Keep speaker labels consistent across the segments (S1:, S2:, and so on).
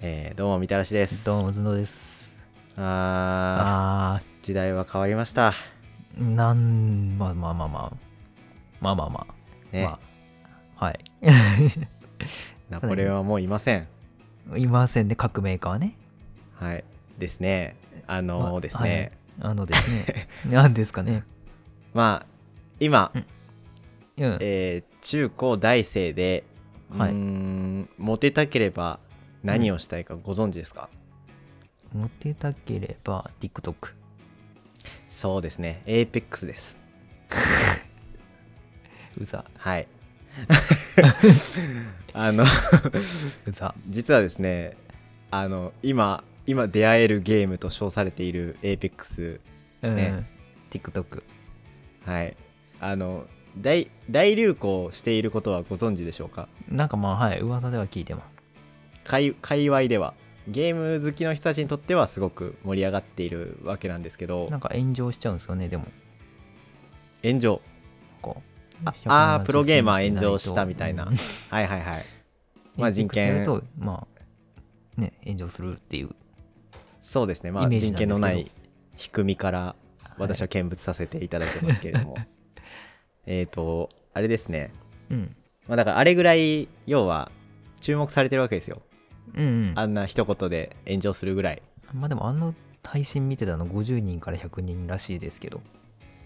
S1: えーどうもみたらしです
S2: どうも、ずのです。
S1: あ
S2: あ
S1: ー時代は変わりました
S2: ー、なん、まあまあまあまあ。まあまあまあ。
S1: ね、
S2: まあ、はい。
S1: ナポレオンはもういません
S2: いませんね、各メーカーはね。
S1: はいですねあ
S2: ま
S1: の
S2: あ
S1: ーですね、
S2: はいあので すね。なんですかね。
S1: まあ今、
S2: うんうん。
S1: えー中高大生で、
S2: はいう
S1: ーんモテたければ何をしたいかご存知ですか、
S2: モテたければ、TikTok。
S1: そうですね APEX です
S2: うざ、
S1: はい あの
S2: うざ。
S1: 実はですねあの今今出会えるゲームと称されている APEX
S2: うん。
S1: ね
S2: TikTok。
S1: はいあの大大流行していることはご存知でしょうか
S2: なんかまあ、はい、噂では聞いてます。
S1: 界界隈ではゲーム好きの人たちにとってはすごく盛り上がっているわけなんですけど
S2: なんか炎上しちゃうんですよね、でも。
S1: 炎上
S2: こう
S1: ああープロゲーマー炎上したみたいな
S2: うん
S1: はいはいはいまあ人
S2: やる
S1: 権
S2: と、まあ、ね、炎上するっていう。
S1: そうですねまあ
S2: イメー
S1: 人
S2: ジなんですけ
S1: 権
S2: ど
S1: のない仕組みから私は見物させていただいてますけれども、えっとあれですね
S2: うん。
S1: まあだからあれぐらい要は注目されてるわけですよ
S2: うん、うん。
S1: あんな一言で炎上するぐらい
S2: まあでもあの配信見てたの50人から100人らしいですけど。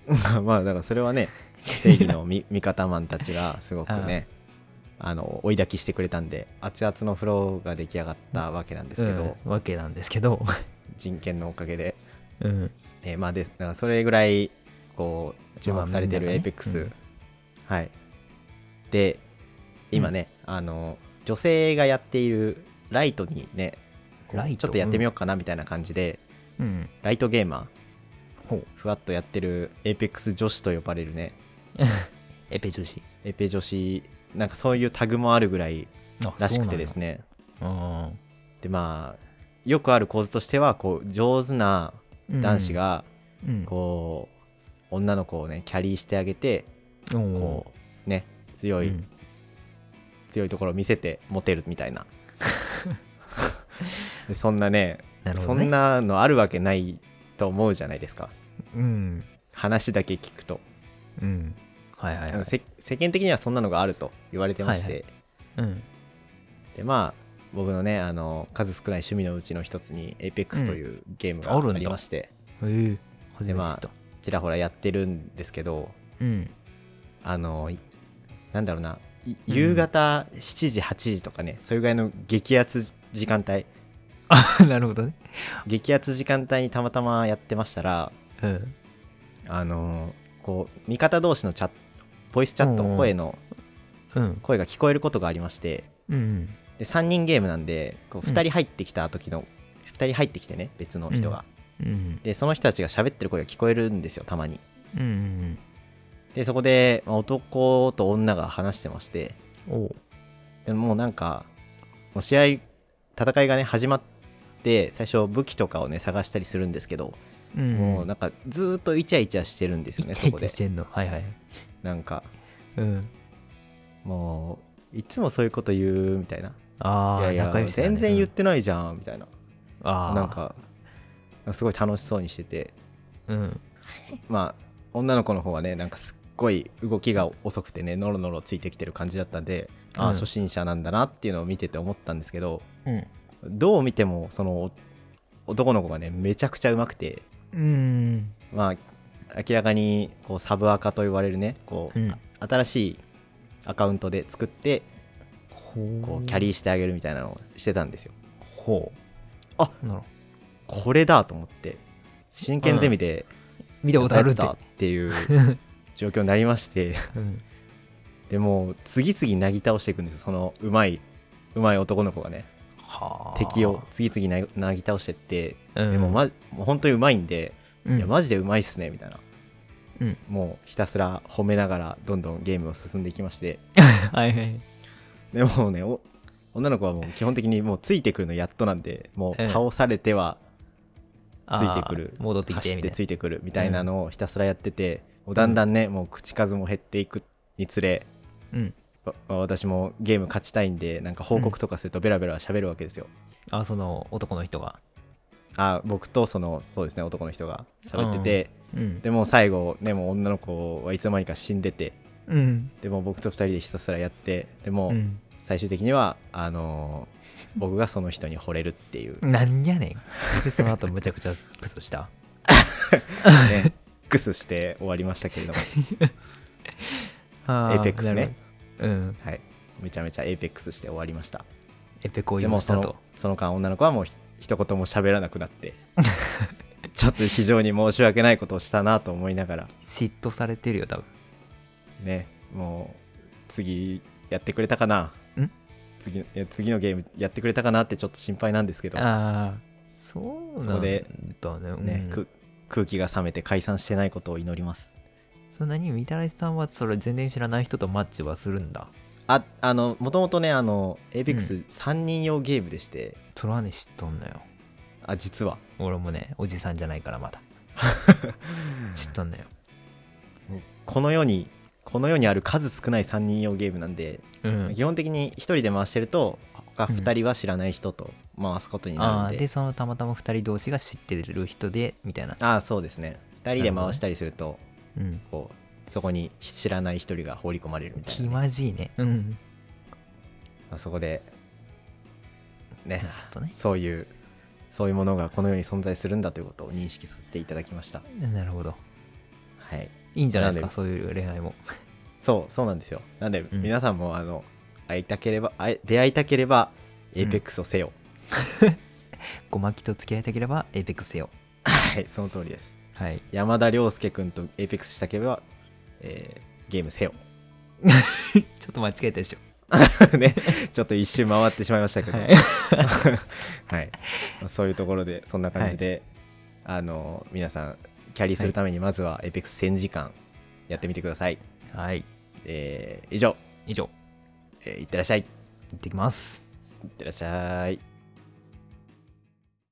S1: まあだからそれはね正義のみ 味方マンたちがすごくねあの追い焚きしてくれたんで熱々のフローが出来上がったわけなんですけど、
S2: うんわけなんですけど。
S1: 人権のおかげで、
S2: うん。
S1: えーまあですだからそれぐらいこう注目されてる
S2: まあみんながね
S1: APEX、
S2: うん
S1: はいで今ね、あの女性がやっているライトにねこ
S2: ライ
S1: う
S2: ト
S1: ちょっとやってみようかなみたいな感じで、
S2: うん。
S1: ライトゲーマー
S2: ほう
S1: ふわっとやってる APEX 女子と呼ばれるね
S2: エペ女子。
S1: エペ女子なんかそういうタグもあるぐらい
S2: あ
S1: らしくてです。ね
S2: そうなんや
S1: でまあよくある構図としてはこう上手な
S2: うん
S1: 男子、が
S2: うん、
S1: こう、女の子をねキャリーしてあげて
S2: うん、
S1: こうね強
S2: う
S1: い、
S2: ん
S1: 強いところを見せてモテるみたいな でそんなね
S2: なるほ
S1: そ
S2: ど、ね。
S1: ん。なのあるわけないと思うじゃないですか
S2: うん。
S1: 話だけ聞くと
S2: うん。はいはいはい。
S1: せ世間的にはそんなのがあると言われてまして、
S2: はいうん。
S1: でまあ僕のねあの数少ない趣味のうちの一つに APEX というゲームが
S2: あるん
S1: あ
S2: だ
S1: りまして、
S2: えー、初
S1: で
S2: めて知った。
S1: まあちらほらやってるんですけど
S2: うん。
S1: あのいなんだろうない
S2: うん
S1: 夕方7時8時とかね、それぐらいの激アツ時間帯
S2: なるほどね。
S1: 激アツ時間帯にたまたまやってましたら
S2: うん。
S1: あのこう味方同士のチャットボイスチャット
S2: うんうん
S1: 声の
S2: うん。
S1: 声が聞こえることがありまして
S2: うん。
S1: で3人ゲームなんでこう
S2: うん
S1: 2人入ってきた時の、2人入ってきてね別の人が、
S2: うん。
S1: でその人たちが喋ってる声が聞こえるんですよたまに
S2: うん。うん。
S1: でそこで、まあ男と女が話してまして
S2: おう。
S1: でももうなんかもう試合戦いがね始まって最初武器とかをね探したりするんですけど、
S2: うん。
S1: もう
S2: な
S1: なんかずーっとイチャイチャしてるんですよね
S2: イチャイ
S1: そこ
S2: チャ
S1: で
S2: してんの。はいはい。
S1: なんか
S2: うん。
S1: もういつもそういうこと言うみたいな
S2: あ
S1: い
S2: あ、
S1: やいや
S2: 仲良しだね
S1: 全然言ってないじゃんみたいな
S2: ああ。
S1: なんかなんかすごい楽しそうにしてて
S2: うん。
S1: まあ女の子の方はねなんかすっごい動きが遅くてねノロノロついてきてる感じだったんで、あ
S2: う
S1: あ
S2: ん
S1: 初心者なんだなっていうのを見てて思ったんですけど
S2: うん。
S1: どう見てもその男の子がねめちゃくちゃうまくて
S2: うん。
S1: まあ明らかにこうサブアカと言われるねこう、
S2: うん
S1: あ新しいアカウントで作って
S2: ほ
S1: こうキャリーしてあげるみたいなのをしてたんですよ。
S2: ほ
S1: うあ
S2: なるほど
S1: これだと思って真剣ゼミで
S2: 見たことあるって
S1: やったっていう状況になりまして
S2: うん
S1: でもう次々なぎ倒していくんですよそのうまいうまい男の子がね
S2: はあ
S1: 敵を次々なぎなぎ倒してって
S2: うん
S1: でも,、ま、もう本当にうまいんで、
S2: うん
S1: いやマジでうまいっすねみたいな、
S2: うん
S1: もうひたすら褒めながらどんどんゲームを進んでいきまして
S2: はいはい
S1: でもうねお女の子はもう基本的にもうついてくるのやっとなんでもう
S2: うん
S1: 倒されては
S2: つ
S1: ついてくる、
S2: 戻ってき
S1: 走
S2: て
S1: っ
S2: み
S1: て
S2: たい
S1: ついてくるみたいなのをひたすらやってて、もうだんだんねもう口数も減っていくにつれ
S2: なうん
S1: わ私もゲーム勝ちたいんでなんか報告とかするとベラベラ喋るわけですよ、
S2: あその男の人が
S1: あ僕とそのそうですね男の人が喋ってて、
S2: うん
S1: でもう最後ねもう女の子はいつの間にか死んでて
S2: うん
S1: でもう僕と2人でひたすらやってでも
S2: う
S1: うん最終的には、あの ー僕がその人に惚れるっていう、ね、
S2: なんやねんでその後むちゃくちゃクソした
S1: クスして終わりましたけ れども、
S2: エ
S1: エイペックスね
S2: うん
S1: はい、めちゃめちゃエイペックスして終わりました
S2: エペコを
S1: で
S2: 言
S1: も
S2: まし
S1: そ
S2: たと
S1: のその間女の子はもうひ一言も喋らなくなって ちょっと非常に申し訳ないことをしたなと思いながら
S2: 嫉妬されてるよ多分
S1: ねもう次やってくれたかなん次のいや次のゲームやってくれたかなってちょっと心配なんですけど、
S2: ああそうなんだ
S1: そこで
S2: ね
S1: ね
S2: うん
S1: く空気が冷めて解散してないことを祈ります
S2: そんなにみたらしさんはそれ全然知らない人とマッチはするんだ
S1: ああのもともとねあの
S2: う
S1: APEX3 人用ゲームでして、
S2: それはね知っとんのよ
S1: あ実は
S2: 俺もねおじさんじゃないから まだ知っとんのよ
S1: この世にこの世にある数少ない3人用ゲームなんで、
S2: うん
S1: 基本的に1人で回してると他2人は知らない人と回すことに
S2: あ
S1: な
S2: あ
S1: るんで、
S2: でそのたまたま2人同士が知ってる人でみたいな
S1: ああそうですね2人で回したりすると
S2: うん
S1: こうそこに知らない1人が放り込まれるみたい
S2: 気
S1: な、
S2: まじいねうん
S1: あそこで
S2: な
S1: ね
S2: るほどね
S1: そういうそういうものがこの世に存在するんだということを認識させていただきました
S2: なるほど
S1: はい
S2: いいんじゃないです
S1: な
S2: か
S1: んで
S2: そういう恋愛も
S1: そうそうなんですよなんで
S2: ん
S1: 皆さんも、あの会いたければ会え出会いたければエイペックスをせよ、
S2: ごまきと付き合いたければエイペックスせよ
S1: はいその通りです
S2: はい
S1: 山田涼介君とエイペックスしたければ、えーゲームせよ
S2: ちょっと間違えたでしょ
S1: ねちょっと一周回ってしまいましたけど
S2: は
S1: はいい、まあそういうところでそんな感じで、あの皆さんキャリーするためにまずはエイペックス1000時間やってみてください、
S2: はい
S1: えー以上、
S2: 以上
S1: えーいってらっしゃいい
S2: 行ってきます
S1: ってらっしゃい